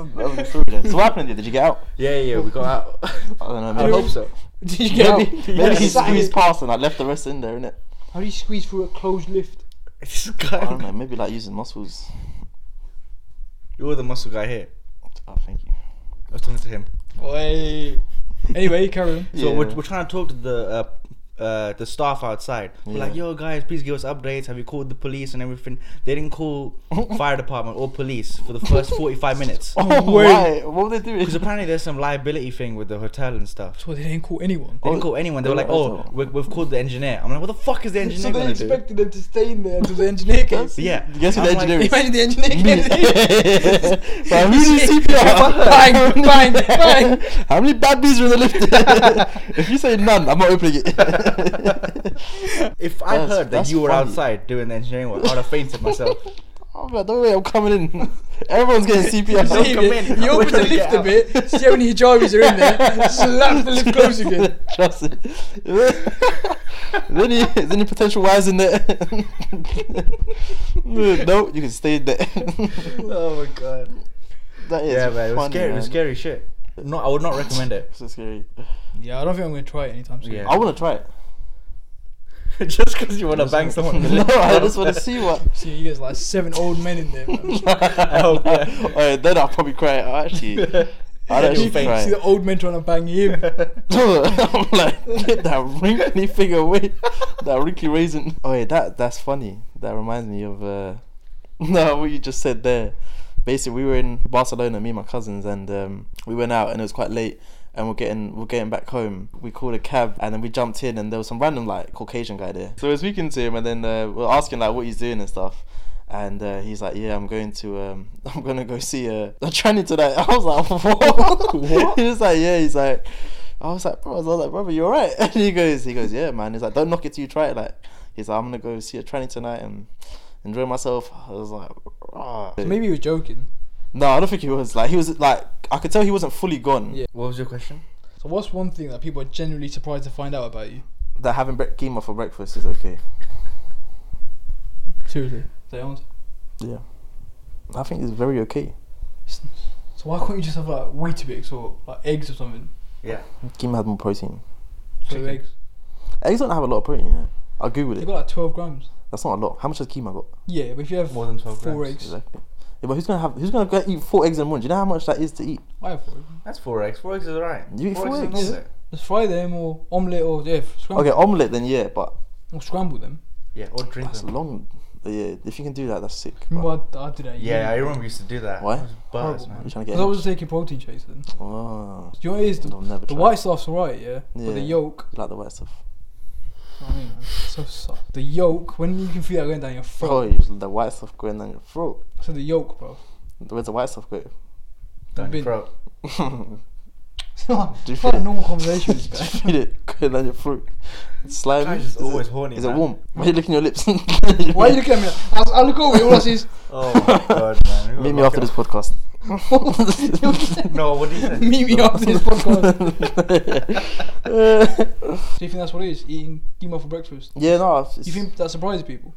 Speaker 3: what happened? Did you get out?
Speaker 1: yeah, yeah, we got out.
Speaker 3: I don't know.
Speaker 1: I
Speaker 3: Maybe,
Speaker 1: hope so.
Speaker 2: Did you get me?
Speaker 3: maybe he
Speaker 2: Sat in
Speaker 3: squeezed
Speaker 2: it.
Speaker 3: past and I left the rest in there, innit?
Speaker 2: How do you squeeze through a closed lift?
Speaker 1: This
Speaker 3: I don't
Speaker 1: guy.
Speaker 3: know. Maybe like using muscles.
Speaker 1: You're the muscle guy here.
Speaker 3: Oh, thank you.
Speaker 1: I was talking to him.
Speaker 2: Oi. Anyway, carry on.
Speaker 1: So we're,
Speaker 3: Yeah.
Speaker 1: we're trying to talk to the uh, uh, the staff outside. We're like,
Speaker 3: Yeah.
Speaker 1: yo guys, please give us updates. Have you called the police and everything? They didn't call fire department or police for the first forty five minutes
Speaker 3: Oh, Why? What were they doing?
Speaker 1: because apparently there's some liability thing with the hotel and stuff.
Speaker 2: That's why they didn't call anyone.
Speaker 1: They didn't
Speaker 3: Oh,
Speaker 1: call anyone. They were
Speaker 3: they
Speaker 1: like,
Speaker 3: were-
Speaker 1: oh, we, we've called the engineer. I'm like, what the fuck is the engineer
Speaker 2: So they
Speaker 1: gonna
Speaker 2: expected them to stay in there until the engineer came.
Speaker 1: do? Yeah,
Speaker 3: You guess who
Speaker 1: I'm
Speaker 3: the
Speaker 1: like,
Speaker 3: engineer is?
Speaker 2: Imagine the engineer came.
Speaker 3: Bro, who did CPR?
Speaker 2: Bang, bang, bang.
Speaker 3: How many bad bees are in the lift? if you say none, I'm not opening it.
Speaker 1: If I heard
Speaker 3: That's-
Speaker 1: that
Speaker 3: that's
Speaker 1: you were
Speaker 3: funny.
Speaker 1: outside doing the engineering work, I would have fainted myself.
Speaker 3: oh, man, don't worry, I'm coming in. Everyone's getting CPR.
Speaker 1: Don't come in.
Speaker 2: You
Speaker 1: We're
Speaker 2: open the
Speaker 1: trying to
Speaker 2: lift
Speaker 1: get
Speaker 2: a
Speaker 1: out.
Speaker 2: bit, see how many hijabis are in there, slap the lift closed again.
Speaker 3: Trust it. is, there any, is there any potential wives in there? no, you can stay in there.
Speaker 1: oh my god.
Speaker 3: that is
Speaker 1: Yeah, man, it was
Speaker 3: funny,
Speaker 1: scary. It was
Speaker 3: man.
Speaker 1: scary shit. No, I would not recommend it.
Speaker 3: So scary.
Speaker 2: Yeah, I don't think I'm gonna try it anytime soon.
Speaker 1: Yeah.
Speaker 3: I want to try it.
Speaker 1: Just because you want to bang someone. in the
Speaker 3: No,
Speaker 1: leg.
Speaker 3: I just want to see what.
Speaker 2: See you guys like seven old men in there. Man.
Speaker 3: I
Speaker 1: hope, yeah.
Speaker 3: then I'll probably cry. I actually, I don't
Speaker 2: You
Speaker 3: actually
Speaker 1: Face.
Speaker 3: cry.
Speaker 2: see the old men trying to bang him.
Speaker 3: I'm like, get that wrinkly thing away. That wrinkly raisin. Oh, wait, that, that's funny. That reminds me of uh, no, what you just said there. Basically, we were in Barcelona, me and my cousins, and um, we went out, and it was quite late. And we're getting we're getting back home. We called a cab, and then we jumped in, and there was some random like Caucasian guy there. So we're speaking to him, and then uh, we're asking like what he's doing and stuff. And uh, he's like, "Yeah, I'm going to, um, I'm gonna go see a, a tranny today." I was like, "What?"
Speaker 2: What?
Speaker 3: he was like, "Yeah." He's like, "I was like, bro, I was like, brother, you alright?" And he goes, "He goes, yeah, man." He's like, "Don't knock it till you try it." Like, he's like, "I'm gonna go see a tranny tonight and enjoy myself." I was like, "Ah."
Speaker 2: Maybe he was joking.
Speaker 3: No, I don't think he was. Like, he was like, I could tell he wasn't fully gone.
Speaker 2: Yeah.
Speaker 1: What was your question?
Speaker 2: So what's one thing that people are generally surprised to find out about you?
Speaker 3: That having bre- chemo for breakfast is okay.
Speaker 2: Seriously, they aren't.
Speaker 3: Yeah, I think it's very okay.
Speaker 2: So why can't you just have like Weetabix or like eggs or something?
Speaker 1: Yeah.
Speaker 3: Chemo had more protein.
Speaker 2: So
Speaker 1: Chicken.
Speaker 2: eggs.
Speaker 3: Eggs don't have a lot of protein. You know? I googled
Speaker 2: They
Speaker 3: it.
Speaker 2: got like twelve grams.
Speaker 3: That's not a lot. How much has chemo got?
Speaker 2: Yeah, but if you have
Speaker 1: More than 12
Speaker 2: four
Speaker 1: grams.
Speaker 2: eggs,
Speaker 3: Exactly. Yeah, but who's gonna have? Who's gonna go eat four eggs in one? Do you know how much that is to eat?
Speaker 2: I have four.
Speaker 1: That's four eggs. Four eggs is alright.
Speaker 3: You eat four
Speaker 1: is
Speaker 3: eggs?
Speaker 1: normal.
Speaker 2: Just fry them or omelette or yeah, scramble
Speaker 3: Okay, omelette then yeah, but
Speaker 2: or scramble them.
Speaker 1: Yeah, or drink
Speaker 3: that's
Speaker 1: them.
Speaker 3: long. Yeah, if you can do that, that's sick.
Speaker 2: Remember
Speaker 3: But
Speaker 2: I, I did that.
Speaker 1: Yeah, I remember we used to do that.
Speaker 3: What?
Speaker 1: It was buzz,
Speaker 2: Horrible.
Speaker 3: you're
Speaker 1: man.
Speaker 3: trying to
Speaker 2: Because
Speaker 3: get.
Speaker 2: I
Speaker 3: in.
Speaker 2: was taking protein shakes then. Do
Speaker 3: Oh,
Speaker 2: you know what it is? The,
Speaker 3: I've never
Speaker 2: the
Speaker 3: tried.
Speaker 2: white stuff's alright, yeah? But the
Speaker 3: Yeah.
Speaker 2: yolk,
Speaker 3: You like the white stuff.
Speaker 2: I mean, man, it's so soft. The yolk, when you can feel that going down your
Speaker 3: Oh,
Speaker 2: throat.
Speaker 3: you, the white stuff going down your throat.
Speaker 2: So the yolk, bro.
Speaker 3: Where's the white stuff go?
Speaker 1: Down your
Speaker 2: Been-
Speaker 1: throat.
Speaker 2: it's not
Speaker 3: Do you
Speaker 2: it's
Speaker 3: feel
Speaker 2: not a
Speaker 3: it?
Speaker 2: normal conversation with this guy.
Speaker 3: Feed it, go down your throat. Slime.
Speaker 1: Guys is always
Speaker 3: it,
Speaker 1: horny,
Speaker 3: Is it
Speaker 1: man.
Speaker 3: warm? Why are you licking your lips?
Speaker 2: Why are you looking at me? like- I, I look over, all I see is
Speaker 1: Oh my god, man. We were
Speaker 3: Meet me after
Speaker 1: looking-
Speaker 3: this podcast.
Speaker 1: No, what do you say?
Speaker 2: meet me after this podcast.
Speaker 3: yeah,
Speaker 2: Do you think that's what it is? Eating chemo for breakfast?
Speaker 3: no. It's,
Speaker 2: You think that surprises people?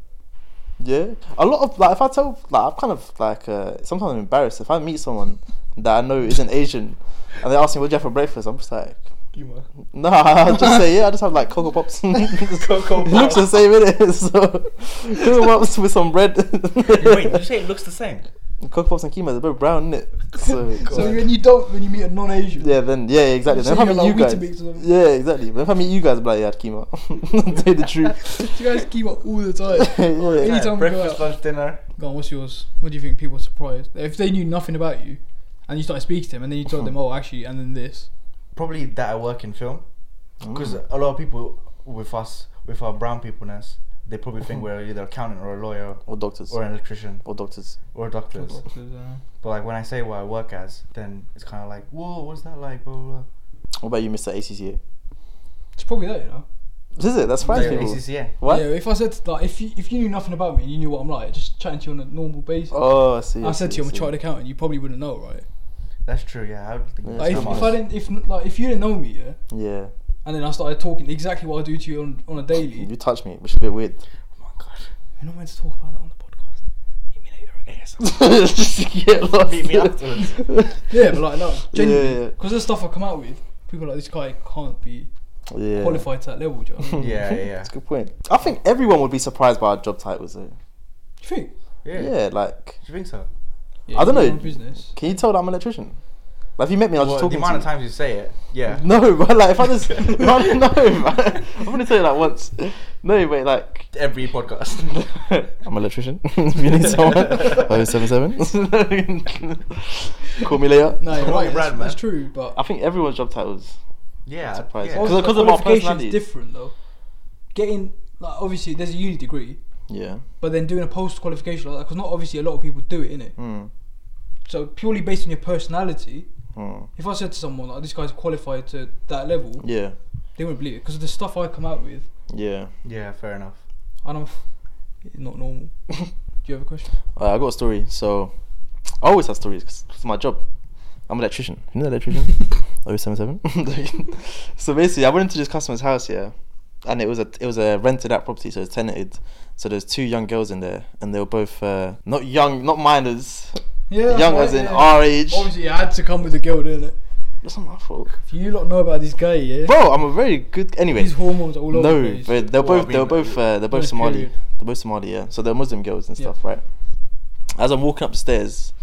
Speaker 3: Yeah, a lot of like if I tell like I'm kind of like uh, sometimes I'm embarrassed if I meet someone that I know isn't Asian and they ask me what do you have for breakfast, I'm just like.
Speaker 1: Chemo.
Speaker 3: No, I just say yeah. I just have like cocoa pops.
Speaker 1: Cocoa
Speaker 3: It looks the
Speaker 1: Pops.
Speaker 3: same, innit? So cocoa pops with some bread.
Speaker 1: Wait, you say it looks the same?
Speaker 3: cocoa pops and keema, they're both brown, innit? So
Speaker 2: So when you don't, when you meet a non-Asian,
Speaker 3: yeah, then yeah, exactly.
Speaker 2: So
Speaker 3: Then if I
Speaker 2: you're
Speaker 3: meet
Speaker 2: like
Speaker 3: you guys,
Speaker 2: Weetabix or something.
Speaker 3: yeah, exactly. But if I meet you guys, I'm like yeah, I had keema. Say the truth.
Speaker 2: you guys chemo all the time.
Speaker 3: yeah.
Speaker 2: Anytime we go
Speaker 1: breakfast,
Speaker 2: out.
Speaker 1: lunch, dinner.
Speaker 2: Go on, what's yours? What do you think people are surprised? If they knew nothing about you and you started speaking to them and then you told them, oh, actually, and then this.
Speaker 1: Probably that I work in film. Because
Speaker 3: Mm.
Speaker 1: a lot of people with us, with our brown peopleness, they probably think
Speaker 3: Mm-hmm.
Speaker 1: we're either accountant or a lawyer
Speaker 3: or doctors
Speaker 1: or an electrician
Speaker 3: or doctors.
Speaker 1: or doctors.
Speaker 2: Doctors, uh,
Speaker 1: But like when I say what I work as, then it's kind of like, whoa, what's that like? Blah, blah, blah.
Speaker 3: What about you, Mr. ACCA?
Speaker 2: It's probably that, you know.
Speaker 3: This is it. That's fine,
Speaker 1: Like,
Speaker 3: people.
Speaker 1: ACCA.
Speaker 3: What?
Speaker 2: Yeah, if I said, like, if you, if you knew nothing about me and you knew what I'm like, just chatting to you on a normal basis.
Speaker 3: Oh, I see.
Speaker 2: I said to
Speaker 3: see,
Speaker 2: you, I'm a
Speaker 3: see.
Speaker 2: chartered accountant, you probably wouldn't know, right?
Speaker 1: That's true, yeah. I would think
Speaker 3: Yeah,
Speaker 1: that's
Speaker 2: Like, if,
Speaker 1: how
Speaker 3: normal.
Speaker 2: if
Speaker 1: much.
Speaker 2: I didn't, if, like, if you didn't know me, yeah,
Speaker 3: Yeah.
Speaker 2: and and then I started talking exactly what I do to you on, on a daily.
Speaker 3: You touch me, which is a bit weird.
Speaker 2: Oh my god, we're not meant to talk about that on the podcast. Meet me later, I guess.
Speaker 3: Just get lost.
Speaker 1: Beat me afterwards.
Speaker 2: yeah, but like no, genuinely,
Speaker 3: Yeah, yeah.
Speaker 2: because the stuff I come out with, people are like this guy can't be
Speaker 3: Yeah.
Speaker 2: qualified to that level. Do you, know what I mean?
Speaker 1: Yeah, yeah.
Speaker 3: That's a good point. I think everyone would be surprised by our job titles though.
Speaker 2: Do you think?
Speaker 1: yeah.
Speaker 3: Yeah,
Speaker 1: Do
Speaker 3: like
Speaker 1: you think so?
Speaker 2: Yeah,
Speaker 3: I don't
Speaker 2: you
Speaker 3: know.
Speaker 2: run Business.
Speaker 3: can you tell that I'm an electrician? Like if you met me, I was
Speaker 1: Well,
Speaker 3: just
Speaker 1: the
Speaker 3: talking
Speaker 1: amount
Speaker 3: to
Speaker 1: of times you say it, yeah.
Speaker 3: you. No, but like if I just no, no, man. I'm gonna tell you that once. No, wait, like
Speaker 1: Every podcast.
Speaker 3: I'm an electrician. if you need someone, oh seven seven. Call me later.
Speaker 2: No, you're
Speaker 1: Call
Speaker 2: right.
Speaker 1: me Brad,
Speaker 2: That's,
Speaker 1: man.
Speaker 2: that's true, but
Speaker 3: I think everyone's job titles.
Speaker 1: yeah.
Speaker 3: Surprising.
Speaker 1: yeah.
Speaker 3: Cause-
Speaker 2: Also,
Speaker 3: 'cause of our
Speaker 2: qualification's
Speaker 3: personalities.
Speaker 2: different though. Getting like obviously there's a uni degree,
Speaker 3: Yeah.
Speaker 2: but then doing a post qualification like that because not obviously a lot of people do it in it.
Speaker 1: Hmm.
Speaker 3: Mm.
Speaker 2: So purely based on your personality,
Speaker 1: Hmm.
Speaker 3: Mm.
Speaker 2: if I said to someone like this guy's qualified to that level,
Speaker 3: Yeah.
Speaker 2: they wouldn't believe it because of the stuff I come out with,
Speaker 3: Yeah.
Speaker 1: Yeah, fair enough.
Speaker 2: and I'm f- not normal. do you have a question?
Speaker 3: Uh, I got a story. So I always have stories because it's my job. I'm an electrician. You know an electrician? 077. so basically, I went into this customer's house here, and it was a it was a rented out property, so it's tenanted. So there's two young girls in there, and they were both uh, not young, not minors,
Speaker 2: Yeah,
Speaker 3: young as in our age.
Speaker 2: Obviously, I had to come with a girl, didn't it?
Speaker 3: That's not my fault,
Speaker 2: If you lot know about this guy, yeah,
Speaker 3: bro. I'm a very good. Anyway,
Speaker 2: his hormones are all over the
Speaker 3: no,
Speaker 2: place.
Speaker 3: but they're
Speaker 1: Well, I
Speaker 3: both they're
Speaker 1: mean,
Speaker 3: both uh, they're both
Speaker 2: Nice
Speaker 3: Somali.
Speaker 2: period.
Speaker 3: They're both Somali, yeah. So they're Muslim girls and
Speaker 2: Yeah.
Speaker 3: stuff, right? As I'm walking up the stairs,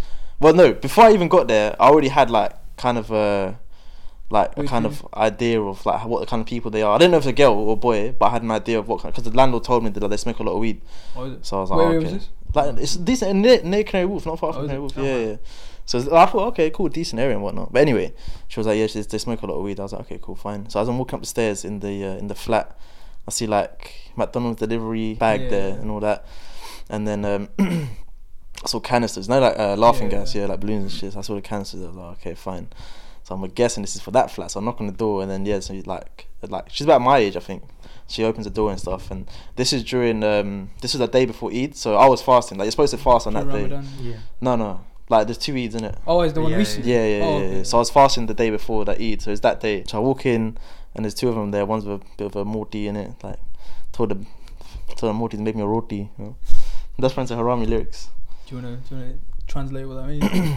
Speaker 3: well, no, before I even got there, I already had like kind of a like a
Speaker 2: Weird
Speaker 3: kind of idea of like what kind of people they are. I didn't know if it's a girl or a boy, but I had an idea of what kind. Because the landlord told me that like, they smoke a lot of weed,
Speaker 2: Oh, is it?
Speaker 3: so I was like,
Speaker 2: Where
Speaker 3: oh,
Speaker 2: was
Speaker 3: okay.
Speaker 2: this?
Speaker 3: Like it's decent near, near Canary Wolf, not far
Speaker 2: Oh,
Speaker 3: from
Speaker 2: is
Speaker 3: Canary Wolf.
Speaker 1: Oh,
Speaker 3: yeah,
Speaker 1: wow.
Speaker 3: yeah. So I was- I thought, okay, cool, decent area and whatnot. But anyway, she was like, yeah, she, they smoke a lot of weed. I was like, okay, cool, fine. So as I'm walking up the stairs in the uh, in the flat, I see like McDonald's delivery bag
Speaker 2: Yeah.
Speaker 3: there and all that, and then um, I saw canisters. No, like uh, laughing
Speaker 2: Yeah.
Speaker 3: gas, yeah, like balloons and shit. So I saw the canisters. I was like, okay, fine. So I'm guessing this is for that flat. So I knock on the door and then yeah, so like like she's about my age, I think. She opens the door and stuff, and this is during um this was the day before Eid, so I was fasting. Like you're supposed to fast on that
Speaker 2: During
Speaker 3: day.
Speaker 2: Ramadan.
Speaker 1: Yeah.
Speaker 3: No, no, like there's two Eids in it.
Speaker 2: Oh, is the one
Speaker 1: Yeah,
Speaker 2: recently?
Speaker 3: Yeah, yeah, yeah,
Speaker 2: Oh,
Speaker 3: yeah.
Speaker 2: okay.
Speaker 3: So I was fasting the day before that Eid, so it's that day. So I walk in, and there's two of them there. One's with a bit of a morty in it. Like told the told the morty to make me a roti. You know? That's friends of Harami lyrics.
Speaker 2: Do you wanna do you wanna translate what that means?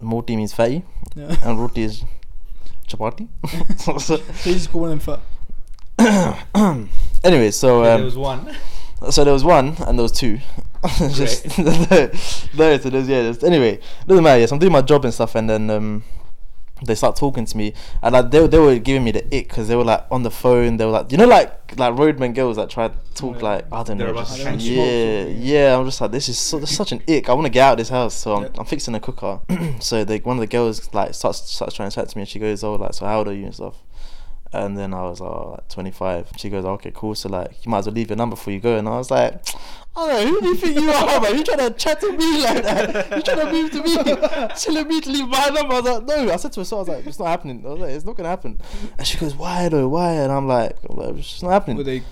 Speaker 3: Morty means fatty,
Speaker 2: yeah.
Speaker 3: and roti is chapati.
Speaker 2: so you just call them fat.
Speaker 3: anyway, so
Speaker 1: Yeah,
Speaker 3: um,
Speaker 1: there was one.
Speaker 3: So there was one and there was two. Just no, no, so there's yeah. There's, anyway, doesn't matter. Yes, I'm doing my job and stuff, and then um, they start talking to me, and like they, they were giving me the ick because they were like on the phone. They were like, you know, like like roadman girls that try to talk
Speaker 2: yeah.
Speaker 3: like I don't
Speaker 1: They're
Speaker 3: know.
Speaker 1: about
Speaker 3: Just,
Speaker 1: to shank you.
Speaker 3: yeah,
Speaker 2: Smoke.
Speaker 3: yeah. I'm just like this is so, this is such an ick. I want to get out of this house, so I'm,
Speaker 2: Yeah.
Speaker 3: I'm fixing a cooker. so they, one of the girls like starts starts trying to chat to me, and she goes, oh, like so how old are you and stuff. And then I was like, oh, like 25. She goes, okay, cool. So, like, you might as well leave your number before you go. And I was like, I don't know, who do you think you are, man? You trying to chat to me like that? You trying to move to me? Telling me to leave my number? I was like, no. I said to her, so I was like, it's not happening. I was like, it's not going to happen. And she goes, why though? Why? And I'm like, I'm like, it's not
Speaker 2: Were
Speaker 3: happening.
Speaker 2: they uh,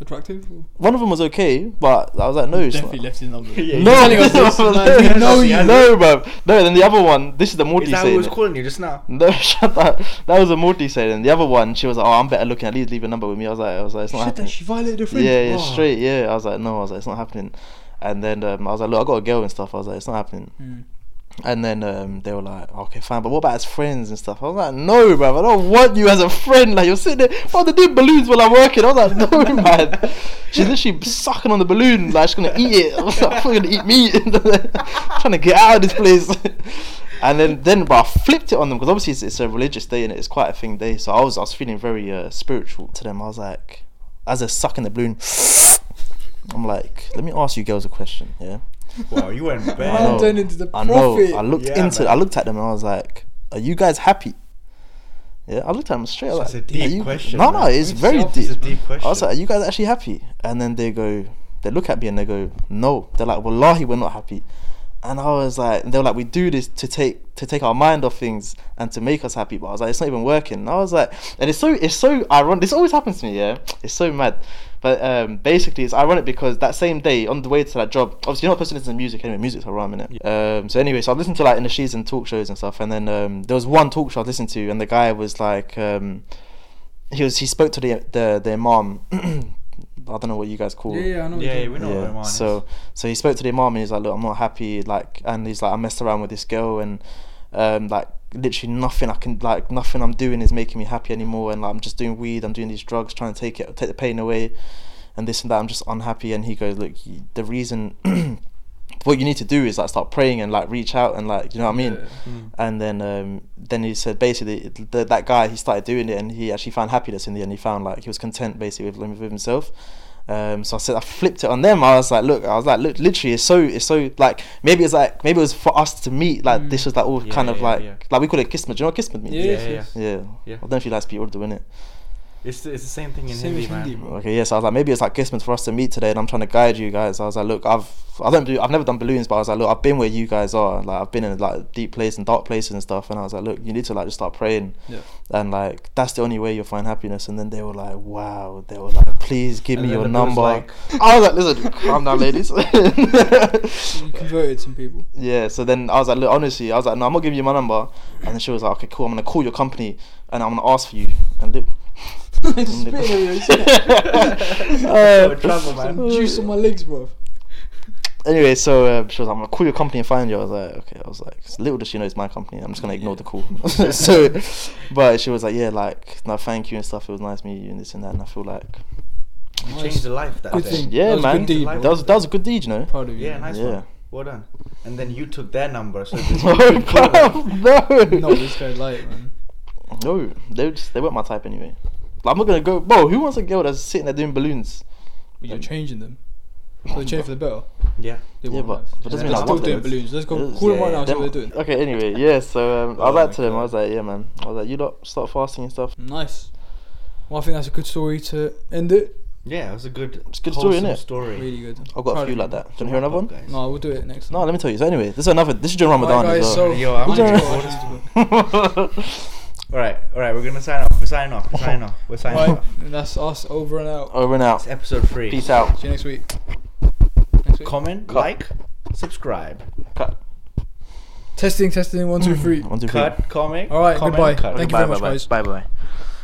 Speaker 2: attractive? Or?
Speaker 3: One of them was okay, but I was like, no, it's not.
Speaker 2: Definitely left his number.
Speaker 1: Yeah,
Speaker 3: No,
Speaker 1: telling
Speaker 3: no,
Speaker 1: us this,
Speaker 3: no,
Speaker 1: man.
Speaker 3: no,
Speaker 1: No,
Speaker 3: no,
Speaker 1: you-
Speaker 3: bro. No, then the other one, this is the Morty
Speaker 1: Is that
Speaker 3: saying
Speaker 1: who was
Speaker 3: it.
Speaker 1: calling you just now?
Speaker 3: No, shut up. That was a Morty saying. The other one, she was like, "Oh, I'm better looking. At least leave a number with me." I was like, "I was like, it's not
Speaker 2: Shit, that
Speaker 3: happening."
Speaker 2: she violated her friend.
Speaker 3: Yeah, yeah,
Speaker 2: Oh.
Speaker 3: straight. Yeah, I was like, "No," I was like, "It's not happening." And then um, I was like, "Look, I got a girl and stuff." I was like, "It's not happening."
Speaker 2: Mm.
Speaker 3: And then um, they were like, "Okay, fine, but what about as friends and stuff?" I was like, "No, bro, I don't want you as a friend. Like, you're sitting there, oh, the doing balloons while I'm working." I was like, "No, man." She's literally sucking on the balloon, like she's gonna eat it. I was like, "Fucking eat me!" trying to get out of this place. And then, then but I flipped it on them because obviously it's, it's a religious day and it's quite a thing day. So I was, I was feeling very uh, spiritual to them. I was like, as they're sucking the balloon, I'm like, let me ask you girls a question. Yeah,
Speaker 1: Wow, you went
Speaker 3: I
Speaker 2: Man
Speaker 1: bad.
Speaker 3: know.
Speaker 2: turned into the
Speaker 3: I know.
Speaker 2: prophet.
Speaker 3: I looked
Speaker 1: Yeah,
Speaker 3: into,
Speaker 1: man.
Speaker 3: I looked at them and I was like, are you guys happy? Yeah, I looked at them straight. I was
Speaker 1: That's a
Speaker 3: like,
Speaker 1: deep
Speaker 3: "Are you-"
Speaker 1: question.
Speaker 3: No,
Speaker 1: man.
Speaker 3: no, it's very
Speaker 1: It's
Speaker 3: deep.
Speaker 1: a deep question.
Speaker 3: I was like, are you guys actually happy? And then they go, they look at me and they go, no. They're like, wallahi, we're not happy. And I was like, and they were like, we do this to take to take our mind off things and to make us happy. But I was like, it's not even working. And I was like, and it's so it's so ironic. This always happens to me, yeah. It's so mad. But um, basically, it's ironic because that same day on the way to that job, obviously you're not supposed to listen to music anyway. Music's haram, innit? Um, so anyway, so I listened to like in the sheets and talk shows and stuff. And then um, there was one talk show I listened to, and the guy was like. Um, he was he spoke to the the the imam. I don't know what you guys call.
Speaker 2: Yeah, yeah, I know. what you're
Speaker 1: Yeah,
Speaker 2: talking
Speaker 1: we know
Speaker 3: Yeah,
Speaker 1: what Oman is.
Speaker 3: So so he spoke to the imam and he's like, look, I'm not happy. Like, and he's like, I messed around with this girl and um, like literally nothing I can like nothing I'm doing is making me happy anymore. And like, I'm just doing weed. I'm doing these drugs, trying to take it, take the pain away, and this and that. I'm just unhappy. And he goes, look, you- the reason. What you need to do is like start praying and like reach out and like you know what I mean,
Speaker 1: Hmm.
Speaker 3: and then um, then he said basically it- th that guy he started doing it and he actually found happiness in the end. He found like he was content basically with, with himself. Um, so I said I flipped it on them. I was like, look, I was like, look, literally, it's so it's so like maybe it's like maybe it was for us to meet. Like
Speaker 2: Mm.
Speaker 3: this was like all
Speaker 1: Yeah,
Speaker 3: kind of
Speaker 1: yeah,
Speaker 3: like
Speaker 1: yeah.
Speaker 3: like we call it kismet. Do you know what kismet means?
Speaker 2: Yeah,
Speaker 1: Yeah,
Speaker 2: yes,
Speaker 1: yeah, yeah.
Speaker 2: yes.
Speaker 3: Yeah.
Speaker 1: Yeah.
Speaker 3: I don't know if you guys speak Urdu in it.
Speaker 1: It's, the- it's the same thing in
Speaker 2: Same
Speaker 1: Hindi,
Speaker 2: with
Speaker 1: man.
Speaker 2: Hindi, bro.
Speaker 3: Okay, yeah. So I was like, maybe it's like Kismet for us to meet today, and I'm trying to guide you guys. I was like, look, I've I don't do I've never done balloons, but I was like, look, I've been where you guys are. Like I've been in like deep places and dark places and stuff. And I was like, look, you need to like just start praying,
Speaker 2: Yeah.
Speaker 3: and like that's the only way you'll find happiness. And then they were like, wow. They were like, please give
Speaker 1: And
Speaker 3: me
Speaker 1: then
Speaker 3: your
Speaker 1: the brother's
Speaker 3: number.
Speaker 1: like-
Speaker 3: I was like, listen, calm down, ladies.
Speaker 2: You converted some people.
Speaker 3: Yeah, so then I was like, look, honestly, I was like, no, I'm not giving you my number. And then she was like, okay, cool, I'm gonna call your company and I'm gonna ask for you. And they,
Speaker 2: Just spitting everywhere, you see
Speaker 1: So in trouble, man.
Speaker 3: Uh,
Speaker 2: that? Juice on my legs, bro.
Speaker 3: anyway, so uh, she was like, I'm gonna call your company and find you. I was like, okay. I was like, little does she know it's my company. I'm just gonna ignore the call. so, but she was like, yeah, like, no, thank you and stuff. It was nice meeting you and this and that. And I feel like,
Speaker 1: You changed the life that
Speaker 2: Good
Speaker 1: day.
Speaker 2: thing.
Speaker 3: yeah,
Speaker 2: That was a
Speaker 3: man,
Speaker 2: good deed, bro.
Speaker 3: that was that was a good deed, you know.
Speaker 2: Proud of you.
Speaker 1: Yeah, nice
Speaker 3: Yeah.
Speaker 1: one. Well done. uh? And then you took their number, so it's
Speaker 3: no, bruv,
Speaker 2: No,
Speaker 3: no,
Speaker 2: this guy light, man.
Speaker 3: no, they were just, they weren't my type anyway. Like, I'm not gonna go, bro. Who wants a girl that's sitting there doing balloons?
Speaker 2: But you're changing them. So they change for the better.
Speaker 1: yeah.
Speaker 2: They
Speaker 3: Yeah,
Speaker 2: won't
Speaker 3: but
Speaker 2: have.
Speaker 3: but
Speaker 1: Yeah,
Speaker 3: doesn't
Speaker 1: they're
Speaker 3: mean I
Speaker 1: still
Speaker 3: want
Speaker 2: doing
Speaker 3: those.
Speaker 2: balloons. Let's go
Speaker 3: Those-
Speaker 2: call them right now, see
Speaker 3: them-
Speaker 2: what they're doing.
Speaker 3: Okay, anyway, yeah. So um, I
Speaker 1: Oh
Speaker 3: was like
Speaker 1: my
Speaker 3: to them, I
Speaker 1: God.
Speaker 3: was like, yeah, man. I was like, you lot start fasting and stuff.
Speaker 2: Nice. Well, I think that's a good story to end it.
Speaker 1: Yeah, it was a good,
Speaker 3: a good story,
Speaker 1: wholesome
Speaker 3: innit?
Speaker 1: story.
Speaker 2: Really good.
Speaker 3: I've got a
Speaker 2: Proud
Speaker 3: few
Speaker 2: of you, man.
Speaker 3: like that. Do you want to hear another one?
Speaker 1: Guys.
Speaker 2: No, we'll do it next
Speaker 3: No,
Speaker 2: time.
Speaker 3: let me tell you. So anyway, this is another. This is during Ramadan
Speaker 2: Alright,
Speaker 3: as
Speaker 2: guys,
Speaker 3: well.
Speaker 2: so-
Speaker 1: Yo, I'm
Speaker 2: We'll do
Speaker 1: gonna
Speaker 2: it-
Speaker 1: record this. All right, all right, we're gonna sign off. We're signing off. We're signing off. We're signing
Speaker 2: Right,
Speaker 1: off.
Speaker 2: that's us over and out.
Speaker 3: Over and out.
Speaker 1: It's episode three.
Speaker 3: Peace out.
Speaker 2: See you next week. Next week.
Speaker 1: Comment,
Speaker 3: Cut.
Speaker 1: like, subscribe.
Speaker 3: Cut.
Speaker 2: Testing, testing, one, two, three.
Speaker 3: One, two, three.
Speaker 1: Cut. Comment.
Speaker 2: All right,
Speaker 1: Comment,
Speaker 2: goodbye.
Speaker 1: Cut.
Speaker 2: Thank you
Speaker 3: Bye,
Speaker 2: very
Speaker 3: bye,
Speaker 2: much,
Speaker 3: bye.
Speaker 2: guys.
Speaker 3: Bye, bye.